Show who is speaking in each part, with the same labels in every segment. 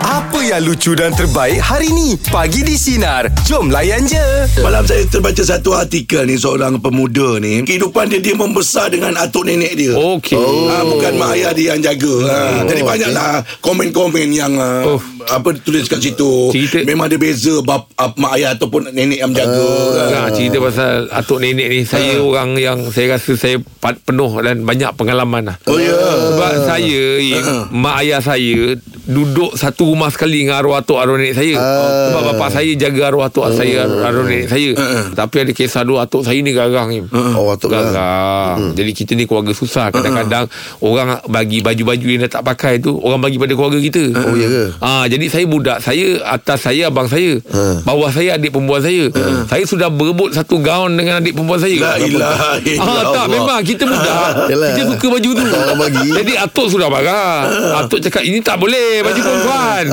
Speaker 1: Apa yang lucu dan terbaik hari ni? Pagi di Sinar. Jom layan je.
Speaker 2: Malam saya terbaca satu artikel ni Seorang pemuda ni Kehidupan dia dia membesar dengan atuk nenek dia
Speaker 3: Okey.
Speaker 2: oh. ha, Bukan mak ayah dia yang jaga ha. Jadi banyaklah komen-komen yang uh,
Speaker 3: Oh.
Speaker 2: Apa tulis kat situ
Speaker 3: Cerita- Ah.
Speaker 2: Memang ada beza bab, ab, Mak ayah ataupun nenek yang jaga kan.
Speaker 3: Nah, cerita pasal atuk nenek ni Saya orang yang Saya rasa saya pa- penuh Dan banyak pengalaman lah
Speaker 2: Oh, ya.
Speaker 3: Sebab saya eh, Mak ayah saya Duduk satu rumah sekali Dengan arwah atuk arwah nenek saya Sebab bapak saya jaga arwah atuk saya Arwah nenek saya Tapi ada kisah dua atuk saya ni garang ni
Speaker 2: Ah.
Speaker 4: Oh, atuk garang. Hmm.
Speaker 3: Garang Jadi kita ni keluarga susah Kadang-kadang Orang bagi baju-baju yang dah tak pakai tu Orang bagi pada keluarga kita
Speaker 4: Oh, ya ke?
Speaker 3: Ah, jadi saya budak saya atas saya abang saya,
Speaker 4: Ha.
Speaker 3: bawah saya adik perempuan saya.
Speaker 4: Hmm.
Speaker 3: Saya sudah berebut satu gaun dengan adik perempuan saya.
Speaker 2: La ilaha
Speaker 4: Eh,
Speaker 3: Ah,
Speaker 2: illallah.
Speaker 3: tak memang kita muda.
Speaker 4: ya Ah, Yalah.
Speaker 3: kita suka baju tu.
Speaker 4: Orang bagi. Ah.
Speaker 3: Jadi atuk sudah marah. Atuk cakap ini tak boleh baju perempuan.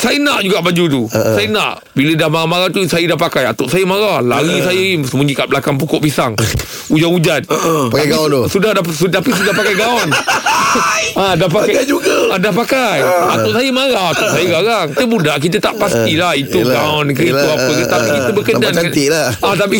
Speaker 3: Saya nak juga baju tu.
Speaker 4: Ah.
Speaker 3: Saya nak. Bila dah marah-marah tu saya dah pakai. Atuk saya marah.
Speaker 4: Ah.
Speaker 3: Lari saya sembunyi kat belakang pokok pisang. Hujan-hujan.
Speaker 4: Pakai gaun Ah, tu.
Speaker 3: Sudah dah sudah tapi sudah pakai gaun. Ah, dah pakai,
Speaker 2: Pakai juga.
Speaker 3: Ah, dah pakai. Atuk saya marah, atuk saya garang. Kita budak, kita tak pastilah itu
Speaker 4: Yelah.
Speaker 3: gaun ke itu
Speaker 4: Yelah.
Speaker 3: apa ke tapi
Speaker 4: Ah,
Speaker 3: kita
Speaker 4: ah.
Speaker 3: berkenan.
Speaker 4: Nampak cantik lah.
Speaker 3: Ah, tapi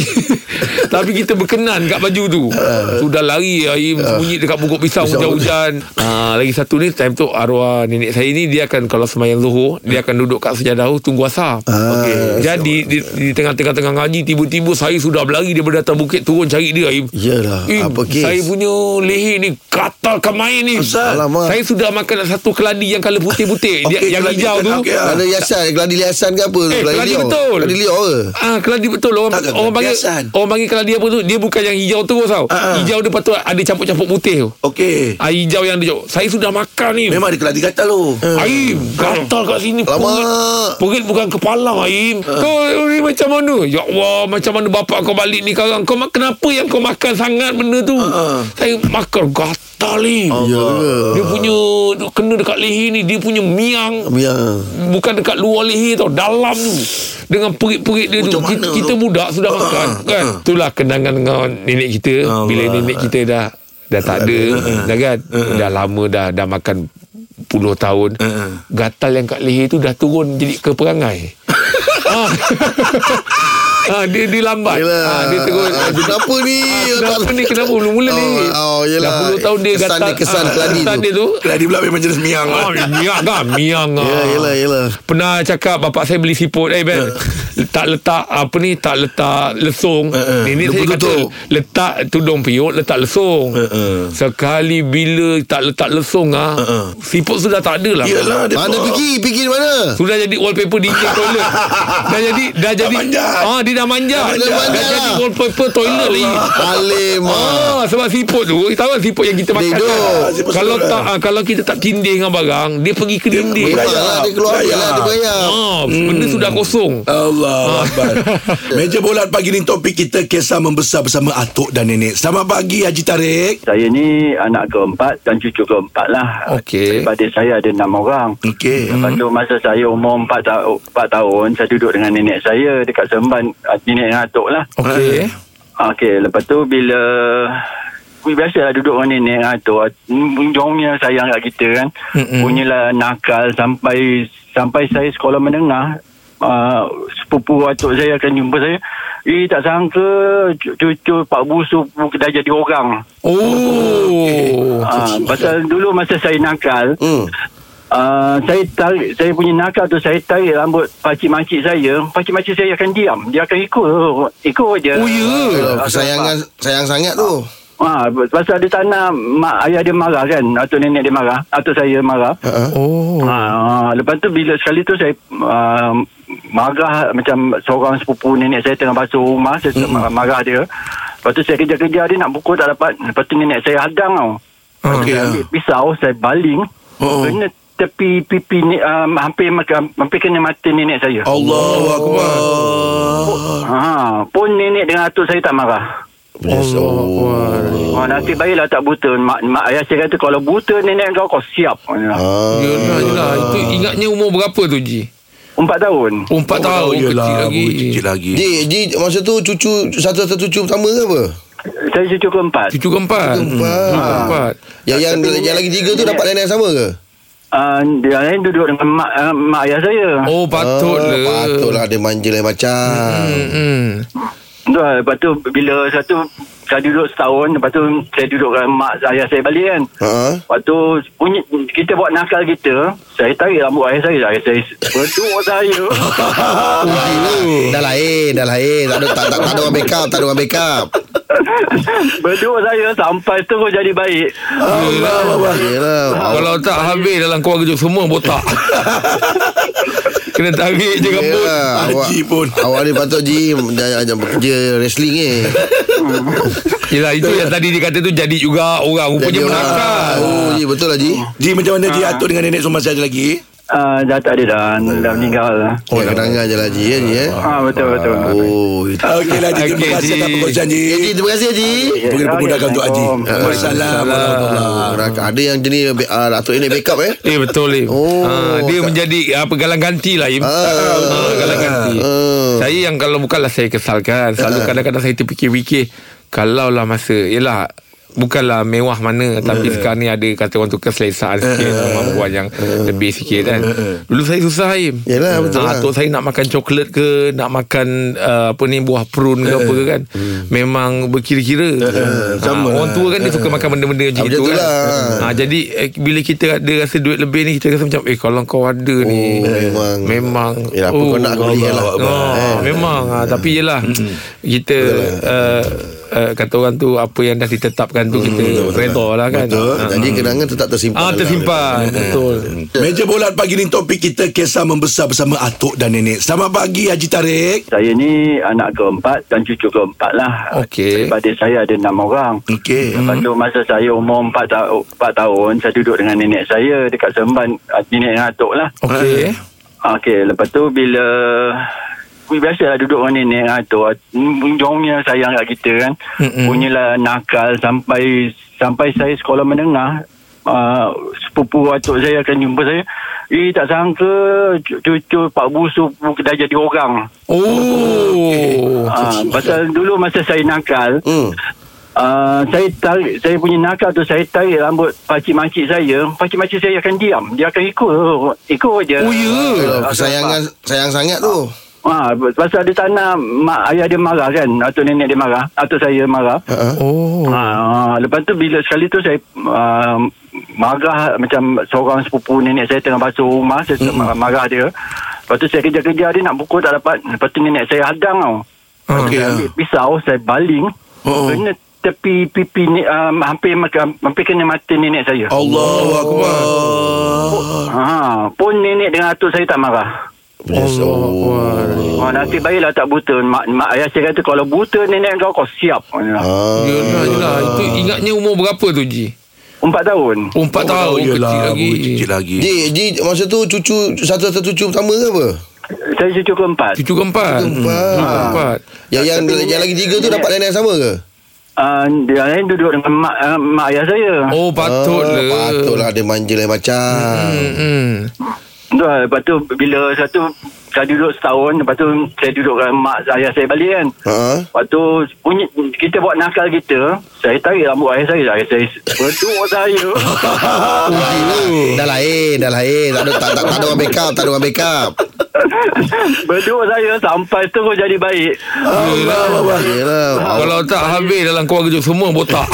Speaker 3: tapi kita berkenan kat baju tu.
Speaker 2: Ah.
Speaker 3: Sudah lari air sembunyi dekat pokok pisang
Speaker 4: Pisang.
Speaker 3: hujan-hujan. Ah, lagi satu ni time tu arwah nenek saya ni dia akan kalau semayang zuhur, dia akan duduk kat sejadah tu, tunggu asar.
Speaker 2: Ah,
Speaker 3: Okey. Jadi di, di tengah-tengah tengah ngaji tiba-tiba saya sudah berlari daripada atas bukit turun cari dia. Aim.
Speaker 4: Yelah, apa kes?
Speaker 3: Saya punya leher ni Katal kemain ni
Speaker 2: Ustaz.
Speaker 4: Alamak.
Speaker 3: Saya sudah makan satu keladi Yang colour putih-putih Dia-
Speaker 2: Okey,
Speaker 3: Yang
Speaker 2: keladi
Speaker 3: hijau
Speaker 2: kan,
Speaker 3: tu
Speaker 2: okey.
Speaker 4: Keladi hiasan Keladi hiasan ke apa tu?
Speaker 3: Eh, keladi
Speaker 4: liar.
Speaker 3: betul.
Speaker 4: Keladi liar ke?
Speaker 3: Ah, keladi betul orang
Speaker 2: Takkan
Speaker 3: orang panggil
Speaker 2: kebiasaan.
Speaker 3: orang panggil keladi apa tu? Dia bukan yang hijau terus tau.
Speaker 2: Ah, ah.
Speaker 3: Hijau dia patut ada campur-campur putih tu.
Speaker 2: Okey
Speaker 3: Ah, hijau yang dia. Saya sudah makan ni.
Speaker 2: Memang ada keladi gatal tu
Speaker 3: Aim Gatal kat sini
Speaker 4: Alamak.
Speaker 3: Perit Perit bukan kepala Aim
Speaker 2: Ah.
Speaker 3: Kau ni macam mana Ya Allah Macam mana bapak kau balik ni sekarang Kau ma- kenapa yang kau makan sangat benda tu
Speaker 2: Ah,
Speaker 3: Saya makan gatal Aim
Speaker 4: Ya.
Speaker 2: Ya.
Speaker 3: Dia punya Kena dekat leher ni Dia punya miang
Speaker 4: Ya.
Speaker 3: Bukan dekat luar leher tau Dalam tu Dengan perit-perit dia tu
Speaker 2: Macam
Speaker 3: kita,
Speaker 2: mana
Speaker 3: kita
Speaker 2: tu?
Speaker 3: budak sudah
Speaker 4: Ah,
Speaker 3: makan kan Itulah kenangan dengan nenek kita
Speaker 2: Allah.
Speaker 3: Bila nenek kita dah Dah tak ada
Speaker 4: ah,
Speaker 3: Dah kan Dah lama dah Dah makan Puluh tahun
Speaker 4: Ah,
Speaker 2: Uh-uh.
Speaker 3: Gatal yang kat leher tu Dah turun jadi ke perangai ah. ah, dia, dia lambat
Speaker 4: Yelah.
Speaker 3: ah, Dia terus
Speaker 4: Ah, kenapa ni?
Speaker 3: Kenapa ni Kenapa mula-mula ni
Speaker 4: Oh, oh, yelah.
Speaker 3: Dah puluh tahun dia
Speaker 4: Kesan
Speaker 3: gatal Ah,
Speaker 4: dia, kesan keladi
Speaker 3: kesan
Speaker 4: tu.
Speaker 3: dia tu
Speaker 2: Keladi pula memang jenis miang
Speaker 3: Ah,
Speaker 2: lah.
Speaker 3: miang kan Miang ah.
Speaker 4: Ya, yelah, yelah.
Speaker 3: Pernah cakap bapak saya beli siput eh ben. tak letak apa ni tak letak lesung.
Speaker 2: Eh, eh.
Speaker 3: Nenek saya kata
Speaker 2: Tutup-tutup.
Speaker 3: letak tudung piut letak lesung.
Speaker 2: Eh, eh.
Speaker 3: Sekali bila tak letak lesung ah
Speaker 2: eh.
Speaker 3: siput sudah tak ada lah.
Speaker 2: Yelah dia
Speaker 4: Mana fikir? Fikir mana?
Speaker 3: Sudah jadi wallpaper di injek toilet. dah jadi dah jadi
Speaker 2: manjat.
Speaker 3: ah dia dah manjat.
Speaker 4: Dah
Speaker 3: Dah,
Speaker 4: manjat
Speaker 3: jadi
Speaker 4: lah.
Speaker 3: wallpaper toilet lagi.
Speaker 4: Alim. ah.
Speaker 3: Ah, sebab siput tu Tahu tak siput yang kita makan
Speaker 4: Dia hidup.
Speaker 3: kan?
Speaker 2: Siput
Speaker 3: Kalau
Speaker 2: seluruh.
Speaker 3: tak ah, Kalau kita tak tindih dengan barang Dia pergi ke dinding
Speaker 4: Memanglah lah, dia keluar
Speaker 2: Berayap.
Speaker 4: Yelah, dia Oh, berayap.
Speaker 3: Ah,
Speaker 2: Hmm.
Speaker 3: benda sudah kosong. Ah.
Speaker 2: Allah Akbar Meja bulat pagi ni topik kita Kisah membesar bersama atuk dan nenek Selamat pagi Haji Tarik
Speaker 5: Saya ni anak keempat dan cucu keempat lah.
Speaker 3: Okey. Hmm.
Speaker 5: Daripada saya ada enam orang.
Speaker 2: Okey
Speaker 5: Lepas tu masa saya umur empat, ta- empat tahun, saya duduk dengan nenek saya dekat Seremban. ah, Nenek dan atuk lah.
Speaker 3: Okey.
Speaker 5: Ah, Okey, lepas tu bila... Biasalah duduk dengan nenek dan atuk. Jomnya sayang kat kita kan.
Speaker 3: Mm-mm.
Speaker 5: Punyalah nakal sampai sampai saya sekolah menengah. Uh, sepupu atuk saya akan jumpa saya. Eh tak sangka cu- cucu Pak Busu dah jadi orang.
Speaker 3: Oh.
Speaker 5: Ah, pasal dulu masa saya nakal,
Speaker 4: Hmm.
Speaker 5: ah, saya tarik saya punya nakal tu saya tarik rambut pakcik makcik saya, pakcik makcik saya akan diam, dia akan ikut ikut je.
Speaker 3: Oh ya.
Speaker 4: Yelah, Kesayangan sayang sangat tu.
Speaker 5: Ah, pasal dia tak nak mak ayah dia marah kan, atau nenek dia marah, atau saya marah.
Speaker 3: Oh.
Speaker 5: Ah, lepas tu bila sekali tu saya ah, marah macam seorang sepupu nenek saya tengah basuh rumah, saya
Speaker 3: Hmm.
Speaker 5: mm marah dia. Lepas tu saya kejar-kejar dia nak pukul tak dapat. Lepas tu nenek saya hadang tau.
Speaker 3: Ah.
Speaker 2: Okey
Speaker 5: Saya ambil pisau Saya baling
Speaker 2: Oh.
Speaker 5: Ya. oh. Kena tepi pipi ni, um, hampir, mak- hampir kena mata nenek saya oh.
Speaker 2: Allahu Akbar
Speaker 5: ha, Pun nenek dengan atuk saya tak marah
Speaker 3: Allah.
Speaker 5: Oh, nasib baiklah tak buta mak, mak ayah saya kata Kalau buta nenek kau Kau siap ha.
Speaker 4: Ah.
Speaker 3: Yelah, yelah. Itu ingatnya umur berapa tu, Ji?
Speaker 5: Empat tahun
Speaker 3: Oh, empat tahun. Oh, kecil lagi.
Speaker 2: Kecil lagi
Speaker 4: Ji, Ji, masa tu cucu satu-satu cucu pertama ke apa?
Speaker 5: Saya cucu keempat
Speaker 3: Cucu keempat.
Speaker 4: Keempat.
Speaker 3: Keempat.
Speaker 4: Yang yang,
Speaker 5: Tapi
Speaker 4: yang
Speaker 5: nenek-
Speaker 4: lagi tiga tu dapat nenek yang sama ke?
Speaker 5: uh, dia lain duduk dengan mak, uh, mak ayah saya. Oh.
Speaker 3: Oh patutlah.
Speaker 4: Oh, patutlah dia manja lain macam.
Speaker 3: Hmm.
Speaker 5: Lepas tu bila satu saya duduk setahun lepas tu saya duduk dengan mak ayah saya balik kan.
Speaker 4: Ha.
Speaker 5: Lepas tu bunyi, kita buat nakal kita Saya tarik rambut ayah saya Ayah saya Beduk saya
Speaker 4: Dah lain, dah lain. Tak ada tak, tak, tak ada orang backup, tak ada orang backup.
Speaker 5: Beduk saya Sampai terus jadi baik
Speaker 4: Yalah.
Speaker 3: Kalau tak habis dalam keluarga tu semua botak. Kena tarik je rambut.
Speaker 4: Yalah, lah. awak,
Speaker 2: Haji pun.
Speaker 4: awak ni patut Ji Jangan jangan bekerja wrestling ni
Speaker 3: Yelah itu yang tadi dia kata tu jadi juga orang. Rupanya menakal.
Speaker 4: Oh Ji betul lah Ji
Speaker 2: Ji macam mana Ji atuk dengan nenek semua masih ada lagi?
Speaker 5: uh, Dah tak ada dah Dah meninggal
Speaker 4: Oh kenangan je lah Ji ya, Ji eh
Speaker 5: Ah betul betul.
Speaker 4: Oh itu
Speaker 2: Okeylah lah, Ji, terima
Speaker 3: Okey,
Speaker 2: kasih
Speaker 3: Ji.
Speaker 2: atas perkongsian Ji.
Speaker 4: Eh, Ji terima kasih Ji
Speaker 2: Bagi pemudahkan untuk Haji. Eh, Waalaikumsalam. warahmatullahi
Speaker 4: Ah, Ada yang jenis uh, Datuk ini backup eh
Speaker 3: Eh betul Im.
Speaker 4: Oh,
Speaker 3: ha, dia
Speaker 4: tak-
Speaker 3: menjadi apa galang ganti lah Im. ha, galang ganti.
Speaker 4: Ah.
Speaker 3: Saya yang kalau bukanlah saya kesalkan, selalu kadang-kadang saya terfikir-fikir kalaulah masa yalah bukanlah mewah mana tapi
Speaker 4: Ah.
Speaker 3: sekarang ni ada kata orang tu keselesaan sikit kemampuan yang lebih sikit kan. Dulu saya susah Im.
Speaker 4: Yalah, Ah. betul lah.
Speaker 3: Ah, atuk saya nak makan coklat ke, nak makan uh, apa ni buah prune ke
Speaker 4: Ah.
Speaker 3: apa ke kan.
Speaker 4: Hmm.
Speaker 3: Memang berkira-kira.
Speaker 2: sama
Speaker 3: Ah, orang
Speaker 2: lah.
Speaker 3: tua kan dia suka makan benda-benda macam
Speaker 4: Ah,
Speaker 3: itu
Speaker 4: betul
Speaker 3: kan.
Speaker 4: lah.
Speaker 3: Ha, jadi eh, bila kita ada rasa duit lebih ni kita rasa macam eh kalau kau ada ni
Speaker 4: Oh, memang.
Speaker 3: memang
Speaker 4: Eh, apa kau nak, kau beli lah.
Speaker 3: Oh,
Speaker 4: Eh.
Speaker 3: memang ha, tapi yelah kita
Speaker 4: lah.
Speaker 3: uh, uh, kata orang tu apa yang dah ditetapkan tu kita reda lah kan.
Speaker 4: Hmm, Betul Hmm.
Speaker 3: Ha.
Speaker 4: Jadi kenangan tetap tersimpan
Speaker 3: Ah
Speaker 4: dalam-
Speaker 3: tersimpan betul.
Speaker 2: Meja bola pagi ni topik kita kisah membesar bersama atuk dan nenek. Selamat pagi Haji Tarik.
Speaker 5: Saya ni anak keempat dan cucu keempat lah.
Speaker 3: Okey.
Speaker 5: Daripada saya ada enam orang.
Speaker 2: Okey.
Speaker 5: Lepas tu masa saya umur empat, ta- empat tahun, saya duduk dengan nenek saya dekat Seremban. ah, Nenek dan atuk lah.
Speaker 4: Hmm.
Speaker 3: Okey.
Speaker 5: Okey, lepas tu bila... Biasalah duduk dengan nenek dan atuk. Mm, Diorangnya sayang kat kita kan.
Speaker 3: Mm-mm.
Speaker 5: Punyalah nakal sampai sampai saya sekolah menengah. Uh, sepupu atuk saya akan jumpa saya. Eh, tak sangka cucu Pak Busu dah jadi orang.
Speaker 3: Oh.
Speaker 5: Ah, pasal dulu masa saya nakal,
Speaker 4: Hmm.
Speaker 5: Uh, saya tarik saya punya nakal tu saya tarik rambut pakcik makcik saya pakcik makcik saya akan diam dia akan ikut ikut je
Speaker 3: Oh, ya?
Speaker 4: Kalau Ah, kesayangan Sayang sangat tu
Speaker 5: ha, pasal dia tak nak mak ayah dia marah kan atau nenek dia marah atau saya marah
Speaker 4: ha.
Speaker 3: Oh.
Speaker 5: Ha, lepas tu bila sekali tu saya uh, marah macam seorang sepupu nenek saya tengah basuh rumah saya mm marah dia. Lepas tu saya kejar-kejar dia nak pukul tak dapat. Lepas tu nenek saya hadang tau.
Speaker 2: Okey.
Speaker 5: Okay. Saya ambil pisau saya baling
Speaker 2: Oh.
Speaker 5: oh. kena tepi pipi ni, um, hampir makan- hampir kena mata nenek saya. Oh.
Speaker 2: Allahu akbar.
Speaker 5: Ha, pun nenek dengan atuk saya tak marah.
Speaker 4: Yes, Allah
Speaker 5: Oh, nasib baiklah tak buta. Mak, mak ayah saya kata kalau buta nenek kau kau siap. Ha.
Speaker 4: Ah,
Speaker 3: Yelah, yelah. Itu ingatnya umur berapa tu Ji?
Speaker 5: Empat tahun.
Speaker 3: Oh, empat tahun
Speaker 2: Oh, yelah,
Speaker 3: kecil lagi.
Speaker 2: Kecil
Speaker 4: lah.
Speaker 2: lagi.
Speaker 4: Ji, Ji masa tu cucu satu-satu cucu pertama ke apa?
Speaker 5: Saya cucu keempat.
Speaker 3: Cucu keempat.
Speaker 4: keempat.
Speaker 3: Cucu keempat.
Speaker 4: Yang yang,
Speaker 5: Tapi
Speaker 4: yang
Speaker 5: nenek-
Speaker 4: lagi tiga tu
Speaker 5: nenek-
Speaker 4: dapat nenek yang sama ke?
Speaker 5: Uh, dia lain duduk dengan mak, uh, mak ayah saya. Oh.
Speaker 3: Oh patutlah.
Speaker 4: Ah, Patutlah dia manja lain macam.
Speaker 3: Hmm.
Speaker 5: Lepas tu bila satu saya duduk setahun, lepas tu saya duduk dengan mak ayah saya balik kan.
Speaker 4: Ha.
Speaker 5: Lepas tu bunyi, kita buat nakal kita, saya tarik rambut ayah saya, lah. ayah saya beduk saya.
Speaker 4: Ha? Dah lain, dah lain. Tak ada tak, tak, tak ada orang backup, tak ada orang backup.
Speaker 5: beduk saya sampai terus jadi baik.
Speaker 4: Yalah.
Speaker 3: Kalau tak habis dalam keluarga tu semua botak.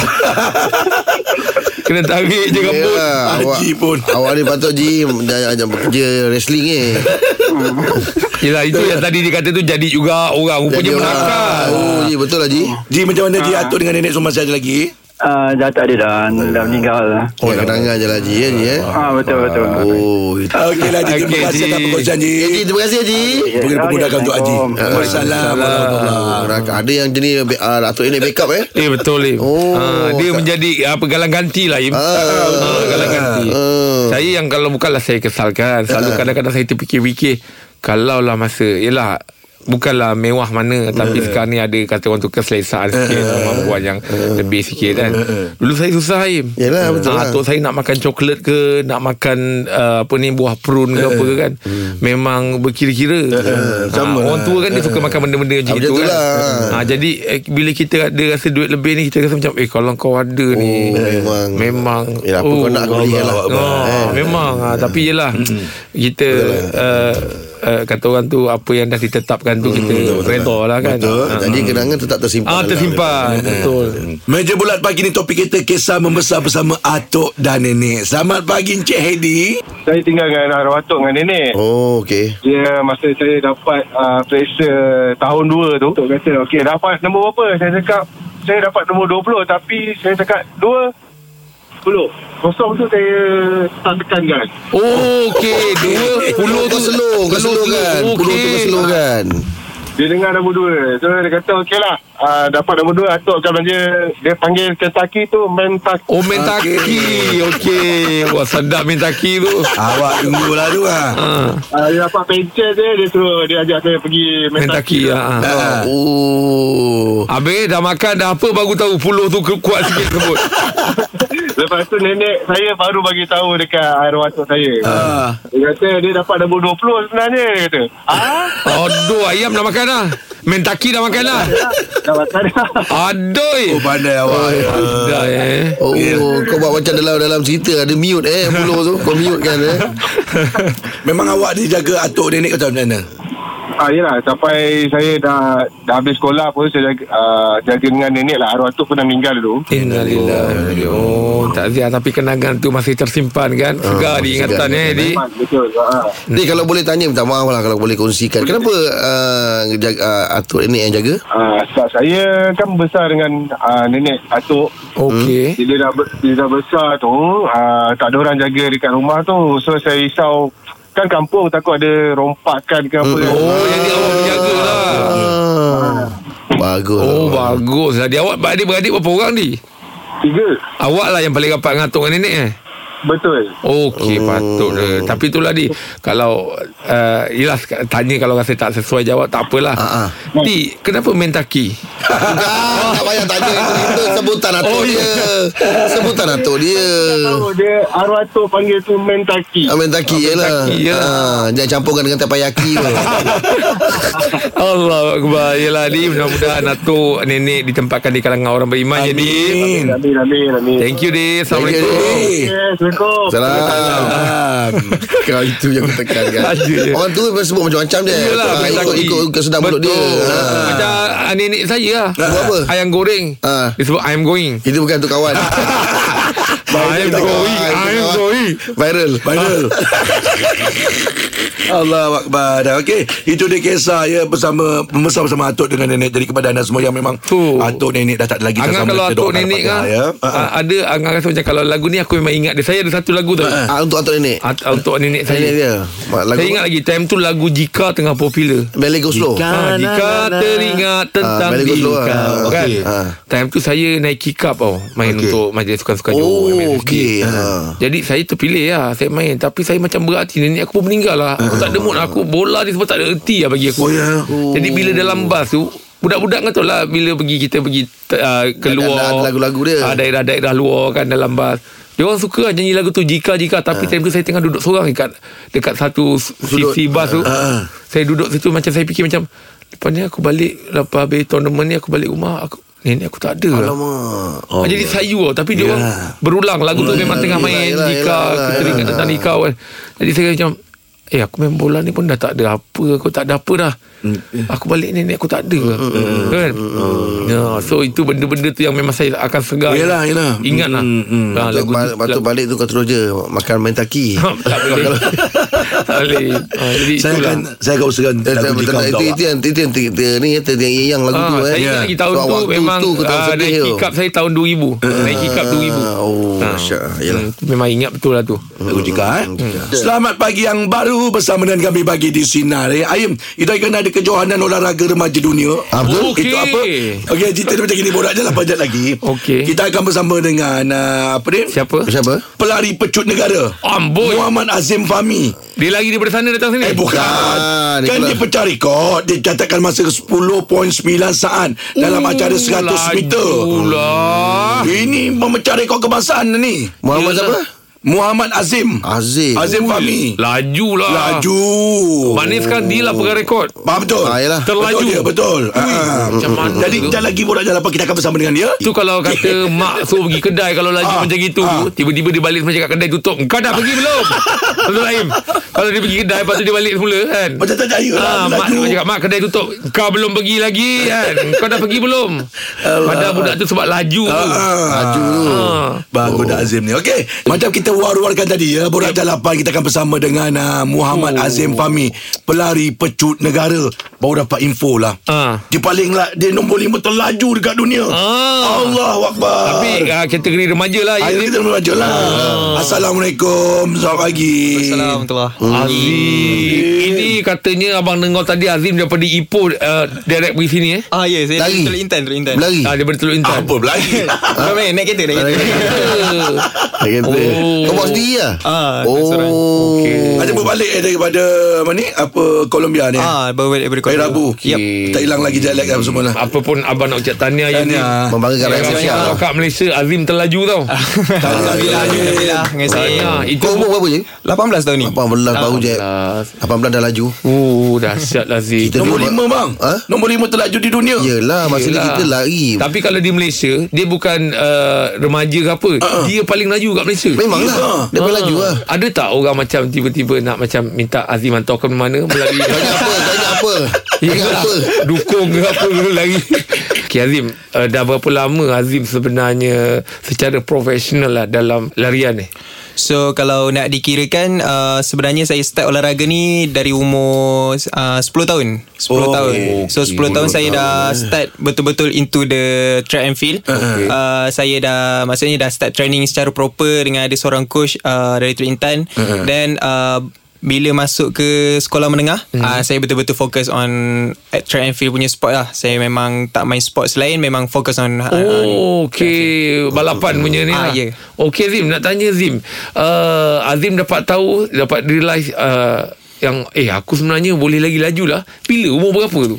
Speaker 3: Kena tarik je rambut.
Speaker 4: Yalah, lah. awak,
Speaker 2: Haji pun.
Speaker 4: awak ni patut Ji Jangan jangan bekerja wrestling ni
Speaker 3: Yelah itu yang tadi dia kata tu jadi juga orang. Rupanya
Speaker 4: orang.
Speaker 3: menakal.
Speaker 4: Oh Ji betul lah Ji
Speaker 2: Ji macam mana Ji atuk dengan nenek semua masih ada lagi?
Speaker 5: Uh, dah tak ada dah, dah meninggal.
Speaker 4: Oh kenangan je lah Ji ya, Ji eh
Speaker 5: Ah betul betul.
Speaker 4: Oh itu
Speaker 2: Okeylah lah, Ji, terima
Speaker 3: Okey,
Speaker 2: kasih
Speaker 3: Ji.
Speaker 2: atas perkongsian Ji.
Speaker 4: Eh, Ji terima kasih Ji
Speaker 2: Bagi pemudahkan untuk Haji.
Speaker 5: Assalamualaikum.
Speaker 2: Waalaikumsalam. warahmatullahi
Speaker 4: Ah, Ada yang jenis uh, Datuk ini backup eh
Speaker 3: Eh betul Lim
Speaker 4: Oh, Ah.
Speaker 3: ha, Dia menjadi apa galang ganti lah Im ha, Galang ganti
Speaker 4: Oh.
Speaker 3: Saya yang
Speaker 4: Eh.
Speaker 3: kalau bukanlah saya kesalkan Selalu kadang-kadang saya terfikir-fikir Kalaulah masa Yelah bukanlah mewah mana tapi
Speaker 4: Eh.
Speaker 3: sekarang ni ada kata orang tu keselesaan sikit kemampuan yang lebih sikit kan. Dulu saya susah Im.
Speaker 4: Eh.
Speaker 3: Ah,
Speaker 4: Yelah, betul lah.
Speaker 3: atuk saya nak makan coklat ke, nak makan uh, apa ni buah prune
Speaker 4: Eh.
Speaker 3: ke apa ke kan.
Speaker 4: Hmm.
Speaker 3: Memang berkira-kira.
Speaker 2: sama
Speaker 3: ha, orang
Speaker 2: lah.
Speaker 3: tua kan dia suka makan benda-benda macam
Speaker 4: Eh. Ah,
Speaker 3: gitu
Speaker 4: betul
Speaker 3: kan.
Speaker 4: lah.
Speaker 3: Ha, jadi eh, bila kita ada rasa duit lebih ni kita rasa macam eh kalau kau ada ni
Speaker 4: Oh, memang.
Speaker 3: memang
Speaker 4: Yelah, apa kau nak, kau belikan lah. Hmm.
Speaker 3: Oh, memang ah, tapi yelah kita
Speaker 4: lah.
Speaker 3: uh, uh, kata orang tu apa yang dah ditetapkan tu
Speaker 4: Hmm,
Speaker 3: kita reda lah kan.
Speaker 2: Betul.
Speaker 3: Ah.
Speaker 4: Jadi Hmm, kenangan tetap
Speaker 3: Ah
Speaker 4: tersimpan
Speaker 3: tersimpan betul.
Speaker 2: Meja bulat pagi ni topik kita kisah membesar bersama atuk dan nenek. Selamat pagi Encik Hedi.
Speaker 6: Saya tinggal dengan arwah atuk dengan nenek.
Speaker 4: Oh okey
Speaker 6: Dia masa saya dapat uh, periksa tahun 2 tu, atuk kata, okey dapat nombor berapa? Saya cakap, saya dapat nombor 20 tapi saya cakap 2 10. Kosong tu saya tak tekankan.
Speaker 3: Oh okey dua puluh tu
Speaker 4: Kau Eh, slow Kau slow kan
Speaker 3: Okey.
Speaker 4: Puluh tu kau slow kan
Speaker 6: Dia dengar nombor 2. So dia kata, okey lah, uh, dapat nombor 2. Atuk kalau dia, dia panggil Kentucky tu, Mentaki.
Speaker 3: Oh mentaki Okey Wah sedap mentaki tu
Speaker 2: Awak tunggu lah tu lah.
Speaker 6: Uh, dia dapat pencen dia, dia suruh, dia ajak saya pergi Mentaki.
Speaker 3: Mentaki ah. ah.
Speaker 4: Oh
Speaker 3: Habis dah makan dah apa baru tahu puluh tu ke- kuat sikit sebut.
Speaker 6: Lepas tu nenek saya baru bagi tahu dekat arwah atuk saya.
Speaker 2: Ah.
Speaker 6: Dia kata dia dapat nombor 20 sebenarnya dia kata. Ah,
Speaker 3: Aduh ayam dah makan dah Mentaki dah makan dah
Speaker 6: dah makan dah.
Speaker 2: Oh
Speaker 3: Aduh
Speaker 2: pandai awak. ya.
Speaker 3: Dah eh
Speaker 4: Oh, kau buat macam dalam dalam cerita ada mute eh puluh tu kau mute kan eh.
Speaker 2: Memang awak ni jaga atuk nenek kau tahu macam mana?
Speaker 6: Ah, yelah, sampai saya dah, dah habis sekolah pun saya jaga, uh, jaga dengan nenek lah. Arwah tu pernah meninggal dulu.
Speaker 3: Innalillahi Oh takziah Tapi kenangan tu masih tersimpan kan Segar
Speaker 4: Ah, masih
Speaker 3: di ingatan
Speaker 4: segar.
Speaker 3: eh di
Speaker 6: Memang, betul. Ah.
Speaker 4: Ni kalau boleh tanya minta maaf lah kalau boleh kongsikan. Kenapa uh, jaga, uh, atuk nenek yang jaga?
Speaker 6: Ah, sebab saya kan besar dengan ah, nenek atuk.
Speaker 4: Hmm?
Speaker 3: Okey
Speaker 6: Bila dah, be- bila dah besar tu, ah, tak ada orang jaga dekat rumah tu. So, saya risau kan kampung takut ada rompakan ke apa. kan.
Speaker 3: Oh jadi awak menjaga lah
Speaker 4: Ah. Bagus.
Speaker 3: Oh
Speaker 4: lah.
Speaker 3: bagus lah Di awak adik-beradik berapa orang di
Speaker 6: Tiga.
Speaker 3: Awak lah yang paling rapat dengan atuk dengan nenek eh
Speaker 6: Betul.
Speaker 4: Oh.
Speaker 3: Okey hmm. patut dia. Tapi itulah di kalau uh, yalah sek- tanya kalau rasa tak sesuai jawab tak apalah.
Speaker 4: Ah, ah.
Speaker 3: Di kenapa mentaki?
Speaker 4: Dah, Ah, tak payah tanya itu, itu sebutan atuk
Speaker 3: Oh,
Speaker 4: dia. Sebutan atuk dia.
Speaker 6: Oh, dia arwah tu panggil tu mentaki.
Speaker 4: Amin taki je lah.
Speaker 3: taki je.
Speaker 4: Ah, jangan campurkan dengan tepayaki tu.
Speaker 3: Allah Akbar Yelah ni Mudah-mudahan Atuk nenek ditempatkan di kalangan orang beriman Amin. Jadi
Speaker 2: Amin.
Speaker 6: Amin, amin, amin.
Speaker 3: Thank you Di Assalamualaikum
Speaker 4: Thank
Speaker 2: Eh,
Speaker 6: Yes, Assalamualaikum.
Speaker 4: Salam. Kau itu yang aku tekankan
Speaker 3: Ada je.
Speaker 4: Orang tua memang sebut macam-macam dia
Speaker 3: Yelah
Speaker 4: Ah, ikut,
Speaker 3: mentaki.
Speaker 4: ikut, ikut sedap mulut dia
Speaker 3: Betul.
Speaker 4: Ah.
Speaker 3: Macam ah, nenek saya lah
Speaker 4: Buat apa?
Speaker 3: Ayam goreng
Speaker 4: Ah.
Speaker 3: Dia sebut ayam going
Speaker 4: Itu bukan untuk kawan
Speaker 3: Ayam going
Speaker 4: Ah,
Speaker 3: Ayam
Speaker 4: kawan.
Speaker 3: going
Speaker 4: Viral
Speaker 2: Viral Allah Akbar Dah, Okey Itu dia kisah ya Bersama Membesar bersama Atuk dengan nenek Jadi kepada anda semua Yang memang
Speaker 3: Tu.
Speaker 2: Atuk nenek dah tak ada lagi
Speaker 3: Angan
Speaker 2: sama
Speaker 3: kalau
Speaker 2: kita
Speaker 3: atuk
Speaker 2: doakan
Speaker 3: nenek
Speaker 2: Al-Fatihah,
Speaker 3: kan
Speaker 2: ya. Ha,
Speaker 3: ah, Ada Angan rasa macam Kalau lagu ni aku memang ingat dia Saya ada satu lagu tu
Speaker 4: ah, Untuk atuk nenek
Speaker 3: Untuk nenek
Speaker 4: Nenek
Speaker 3: saya
Speaker 4: dia Mak, Lagu
Speaker 3: Saya ingat lagi Time tu lagu Jika tengah popular
Speaker 4: Ballet Go Slow
Speaker 3: Ha, jika teringat tentang
Speaker 4: Kan, Ah,
Speaker 3: ha,
Speaker 4: balik
Speaker 3: diri
Speaker 4: dulu lah.
Speaker 3: kau
Speaker 4: Ah,
Speaker 3: kan.
Speaker 4: okey. Ah.
Speaker 3: Time tu saya naik kick up tau. Main
Speaker 4: Okey.
Speaker 3: untuk majlis sukan-sukan
Speaker 4: Oh,
Speaker 3: MSG.
Speaker 4: okey.
Speaker 3: Ah.
Speaker 4: Ah.
Speaker 3: Jadi saya terpilih lah Saya main Tapi saya macam berat hati Nenek aku pun meninggal lah Aku tak ada mood Aku bola ni semua tak ada erti lah bagi aku
Speaker 2: Oh, ya.
Speaker 3: Jadi bila dalam bas tu Budak-budak kan tu lah Bila pergi kita pergi uh,
Speaker 4: Ada- ada
Speaker 3: Keluar
Speaker 4: lagu-lagu dia.
Speaker 3: Ah, Daerah-daerah luar kan dalam bas dia orang suka lah nyanyi lagu tu Jika-jika Tapi time tu saya tengah duduk seorang Dekat dekat satu
Speaker 4: Sudut.
Speaker 3: sisi bas tu Saya duduk situ Macam saya fikir macam Lepas ni aku balik Lepas habis tournament ni Aku balik rumah aku, Nenek aku tak ada lah
Speaker 4: Alamak
Speaker 3: oh, Jadi sayu tau Tapi dia
Speaker 4: Ya.
Speaker 3: orang Berulang Lagu tu memang
Speaker 4: yelah,
Speaker 3: tengah
Speaker 4: yelah,
Speaker 3: main
Speaker 4: yelah,
Speaker 3: Jika
Speaker 4: yelah,
Speaker 3: Kita
Speaker 4: yelah,
Speaker 3: ingat
Speaker 4: yelah.
Speaker 3: tentang nikah kan Jadi saya macam Eh aku main bola ni pun dah tak ada apa Aku tak ada apa dah
Speaker 4: Mm, ya."
Speaker 3: Aku balik nenek aku tak ada Kan
Speaker 4: mm.
Speaker 3: Ya, So itu benda-benda tu Yang memang saya akan segar
Speaker 2: Yelah, yelah.
Speaker 3: Ingat lah
Speaker 2: Mm, mm.
Speaker 3: Ha,
Speaker 4: Patut,
Speaker 3: lagu
Speaker 4: ba-
Speaker 3: tu-
Speaker 4: patut balik tu kau terus je Makan main taki
Speaker 3: Tak boleh Tak boleh Ha, Jadi
Speaker 2: Saya
Speaker 3: itulah
Speaker 2: akan Saya akan usahakan
Speaker 4: Eh, tak-
Speaker 2: Lagu jika
Speaker 4: tak- tak-
Speaker 1: lah.
Speaker 2: untuk
Speaker 4: Itu
Speaker 2: awak
Speaker 4: itu yang Itu yang Itu ni Itu yang yang lagu
Speaker 3: Ah,
Speaker 4: tu eh
Speaker 3: Saya ingat lagi tahun
Speaker 4: Sebab
Speaker 3: tu
Speaker 4: waktu
Speaker 3: memang
Speaker 4: tu
Speaker 3: tu,
Speaker 4: Kau tak
Speaker 3: uh,
Speaker 4: sedih
Speaker 3: naik
Speaker 4: tu
Speaker 3: kick up saya tahun 2000. Uh, naik kick up 2000.
Speaker 4: Oh Ya.
Speaker 3: Ah.
Speaker 4: Masya Yalah
Speaker 3: Hmm, Memang ingat betul lah tu.
Speaker 4: Mm-hmm.
Speaker 2: Lagu jika eh Mm-hmm. Selamat pagi yang baru baru bersama dengan kami bagi di Sinar. Eh. Ayam, itu akan ada kejohanan olahraga remaja dunia.
Speaker 4: Ah, betul.
Speaker 3: Okey.
Speaker 2: Itu apa? Okey, cerita dia macam gini. Borak je lah panjat lagi.
Speaker 3: Okey.
Speaker 2: Kita akan bersama dengan uh, apa ni?
Speaker 3: Siapa?
Speaker 4: Siapa?
Speaker 2: Pelari pecut negara.
Speaker 3: Amboi.
Speaker 2: Muhammad Azim Fahmi.
Speaker 3: Dia lagi daripada sana datang sini.
Speaker 2: Eh bukan
Speaker 4: Bukan. Dia
Speaker 2: Kan
Speaker 4: pula-
Speaker 2: dia pecah rekod Dia catatkan masa 10.9 saat Dalam acara 100 meter
Speaker 3: lah. Ulah.
Speaker 2: Ini memecah rekod kebangsaan ni
Speaker 4: Muhammad
Speaker 3: Yelah.
Speaker 4: siapa? Ah,
Speaker 2: Muhammad Azim
Speaker 4: Azim.
Speaker 2: Azim Fahmi
Speaker 3: Laju lah.
Speaker 2: Laju
Speaker 3: Maknanya sekarang dia lah pegang rekod.
Speaker 2: Faham betul?
Speaker 4: Ah, yelah.
Speaker 2: Betul
Speaker 3: Terlaju.
Speaker 2: dia, betul Ah.
Speaker 3: Macam mana
Speaker 2: Jadi
Speaker 3: tu?
Speaker 2: kejap lagi Borak Jalan Lapan Kita akan bersama dengan dia
Speaker 3: Tu kalau kata mak suruh pergi kedai kalau laju
Speaker 2: Ah,
Speaker 3: macam gitu,
Speaker 2: ah.
Speaker 3: tiba-tiba dia balik macam kat kedai tutup. Kau dah pergi belum? Betul Aim. Kalau dia pergi kedai lepas tu dia balik semula kan.
Speaker 2: Macam tak percaya lah
Speaker 3: Ah, mak
Speaker 2: Laju
Speaker 3: nak cakap Mak kedai tutup Kau belum pergi lagi kan Kau dah pergi belum Padahal budak tu sebab laju
Speaker 2: Ah,
Speaker 3: tu
Speaker 4: Laju tu.
Speaker 3: Ah.
Speaker 2: Bagus dah Azim ni Okey Macam kita war-warkan tadi ya Borak Jalan 8 Kita akan bersama dengan uh,
Speaker 3: Oh.
Speaker 2: Muhammad Azim Fahmi Pelari pecut negara Baru dapat info lah
Speaker 3: Ah.
Speaker 2: Dia paling lah Dia nombor 5 terlaju dekat dunia
Speaker 3: Ah.
Speaker 2: Allah Akbar
Speaker 3: Tapi ah, kategori remaja lah ya.
Speaker 2: Hari ni kita meraja lah Assalamualaikum Selamat pagi
Speaker 7: Assalamualaikum
Speaker 3: Azim Ini katanya Abang dengar tadi Azim daripada Ipoh uh, Direct pergi sini eh
Speaker 7: Ah ya saya
Speaker 4: Lari.
Speaker 7: Lari. Teluk Intan Teluk Intan
Speaker 4: Berlari.
Speaker 3: ah, Daripada Teluk Intan
Speaker 7: Kan?
Speaker 2: Apa lagi
Speaker 7: Bukan main naik kereta naik kereta
Speaker 4: Kau buat sendiri lah
Speaker 7: Ah,
Speaker 4: Oh
Speaker 7: seorang. Oh.
Speaker 2: Ada berbalik eh, daripada Mana ni Apa Colombia ni
Speaker 7: Ah baru balik daripada
Speaker 2: Hari Rabu
Speaker 7: Yap
Speaker 2: Tak hilang lagi dialek apa semua lah
Speaker 3: Apa pun Abang nak ucap tahniah ya, Azim
Speaker 2: Tahniah.
Speaker 4: Ah, Membanggakan rakyat
Speaker 3: Malaysia
Speaker 4: Malaysia lah.
Speaker 3: Kat Malaysia Azim terlaju tau
Speaker 4: Ah,
Speaker 7: Alhamdulillah Alhamdulillah Dengan saya
Speaker 3: Tahniah Itu
Speaker 4: Kau umur berapa je?
Speaker 7: 18 tahun ni
Speaker 4: 18 baru je
Speaker 3: 18.
Speaker 4: 18 dah laju
Speaker 3: Oh dahsyat lah Azim
Speaker 4: Kita
Speaker 2: Nombor
Speaker 4: dulu-
Speaker 2: lima bang
Speaker 4: Ha?
Speaker 2: Nombor lima terlaju di dunia
Speaker 7: Ya,
Speaker 4: Yelah Masa ni
Speaker 3: Yelah.
Speaker 4: kita lari
Speaker 3: Tapi kalau di Malaysia Dia bukan uh, remaja ke apa
Speaker 4: Ah,
Speaker 3: uh-uh. Dia paling laju kat Malaysia
Speaker 4: Memang lah
Speaker 3: Ah.
Speaker 4: Dia pun laju lah
Speaker 3: Ada tak orang macam tiba-tiba nak macam minta Azim hantar ke mana melalui
Speaker 4: Kau ingat apa? Kau ingat apa? Kau ingat
Speaker 3: Yelah,
Speaker 4: apa?
Speaker 3: Dukung ke apa ke lagi Okay Azim uh, Dah berapa lama Azim sebenarnya Secara profesional lah Dalam larian ni
Speaker 7: So kalau nak dikirakan uh, Sebenarnya saya start olahraga ni Dari umur uh, 10 tahun 10 oh, tahun So 10 tahun saya dah start Betul-betul into the track and field okay. uh, Saya dah Maksudnya dah start training secara proper Dengan ada seorang coach uh, Dari Teluk Intan Then uh, bila masuk ke sekolah menengah mm. uh, Saya betul-betul fokus on at Track and field punya sport lah Saya memang tak main sports lain Memang fokus on uh,
Speaker 3: Oh okay Balapan punya ni
Speaker 7: Ah,
Speaker 3: lah
Speaker 7: ya.
Speaker 3: Okay Azim Nak tanya Azim uh, Azim dapat tahu Dapat realise uh, Yang Eh aku sebenarnya Boleh lagi laju lah Bila umur berapa tu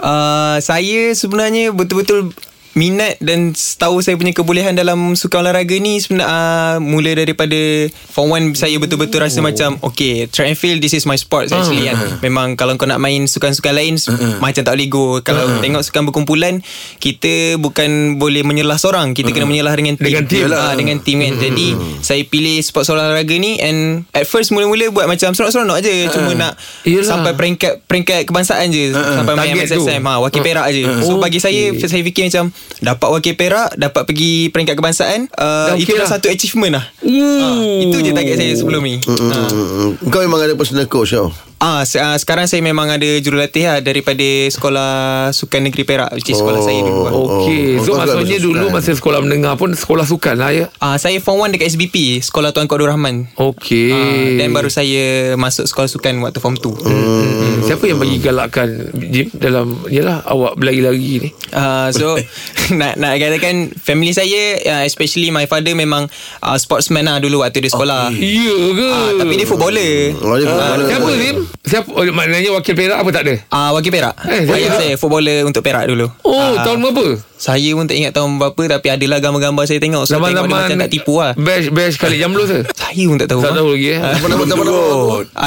Speaker 7: Uh, saya sebenarnya betul-betul minat dan tahu saya punya kebolehan dalam sukan olahraga ni sebenarnya uh, mula daripada form 1 saya betul-betul
Speaker 3: Oh.
Speaker 7: rasa macam okay track and field this is my sport
Speaker 3: Ah.
Speaker 7: actually kan memang kalau kau nak main sukan-sukan lain macam tak boleh go kalau
Speaker 3: Ah.
Speaker 7: tengok sukan berkumpulan kita bukan boleh menyelah seorang kita kena menyelah dengan
Speaker 3: Ah.
Speaker 7: tim
Speaker 3: Dengan tim. lah. Hmm.
Speaker 7: Ah, dengan tim kan jadi saya pilih sport olahraga ni and at first mula-mula buat macam seronok-seronok je
Speaker 3: Ah.
Speaker 7: cuma nak
Speaker 3: Yelah.
Speaker 7: sampai peringkat peringkat kebangsaan je
Speaker 3: Ah.
Speaker 7: sampai main
Speaker 3: Target tu. Hmm.
Speaker 7: MSSM ha, wakil perak je
Speaker 3: Okey.
Speaker 7: so bagi saya saya fikir macam dapat wakil perak dapat pergi peringkat kebangsaan
Speaker 3: Dah
Speaker 7: uh,
Speaker 3: okey
Speaker 7: itu dah
Speaker 3: lah.
Speaker 7: satu achievement lah
Speaker 3: Ooh. Hmm,
Speaker 7: itu je target saya sebelum ni ha.
Speaker 4: Mm-mm. Mm, Kau memang ada personal coach tau
Speaker 7: Ah, se- ah, sekarang saya memang ada jurulatih lah daripada sekolah sukan negeri Perak which is sekolah
Speaker 4: Oh.
Speaker 7: saya dulu. Oh.
Speaker 3: Okey,
Speaker 4: Oh,
Speaker 3: so
Speaker 4: kau juga
Speaker 3: maksudnya
Speaker 4: ada
Speaker 3: dulu
Speaker 4: sukan.
Speaker 3: masa sekolah menengah pun sekolah sukan lah ya.
Speaker 7: Ah, saya form 1 dekat SBP, Sekolah Tuan Kod Rahman.
Speaker 3: Okey.
Speaker 7: Ah, dan baru saya masuk sekolah sukan waktu form 2.
Speaker 3: Hmm, siapa yang bagi galakan Jim dalam yalah awak berlari-lari ni?
Speaker 7: Uh, so nak nak katakan family saya uh, especially my father memang uh, sportsman lah dulu waktu dia sekolah. Okay.
Speaker 3: Ya ke?
Speaker 7: Uh, tapi dia footballer.
Speaker 4: Oh, dia footballer.
Speaker 3: Siapa Jim? Siapa oh, maknanya wakil perak apa tak ada?
Speaker 7: Ah uh, wakil Perak.
Speaker 3: Eh,
Speaker 7: Eh,
Speaker 3: saya-
Speaker 7: saya, saya footballer untuk Perak dulu.
Speaker 3: Oh,
Speaker 7: Ah.
Speaker 3: tahun berapa?
Speaker 7: Saya pun tak ingat tahun berapa tapi adalah gambar-gambar saya tengok. So tengok dia macam tak tipu lah.
Speaker 3: Bash bash kali jamlo tu.
Speaker 7: Saya pun tak tahu.
Speaker 3: Tak
Speaker 7: ah.
Speaker 3: tahu lagi eh.
Speaker 4: Apa-apa apa-apa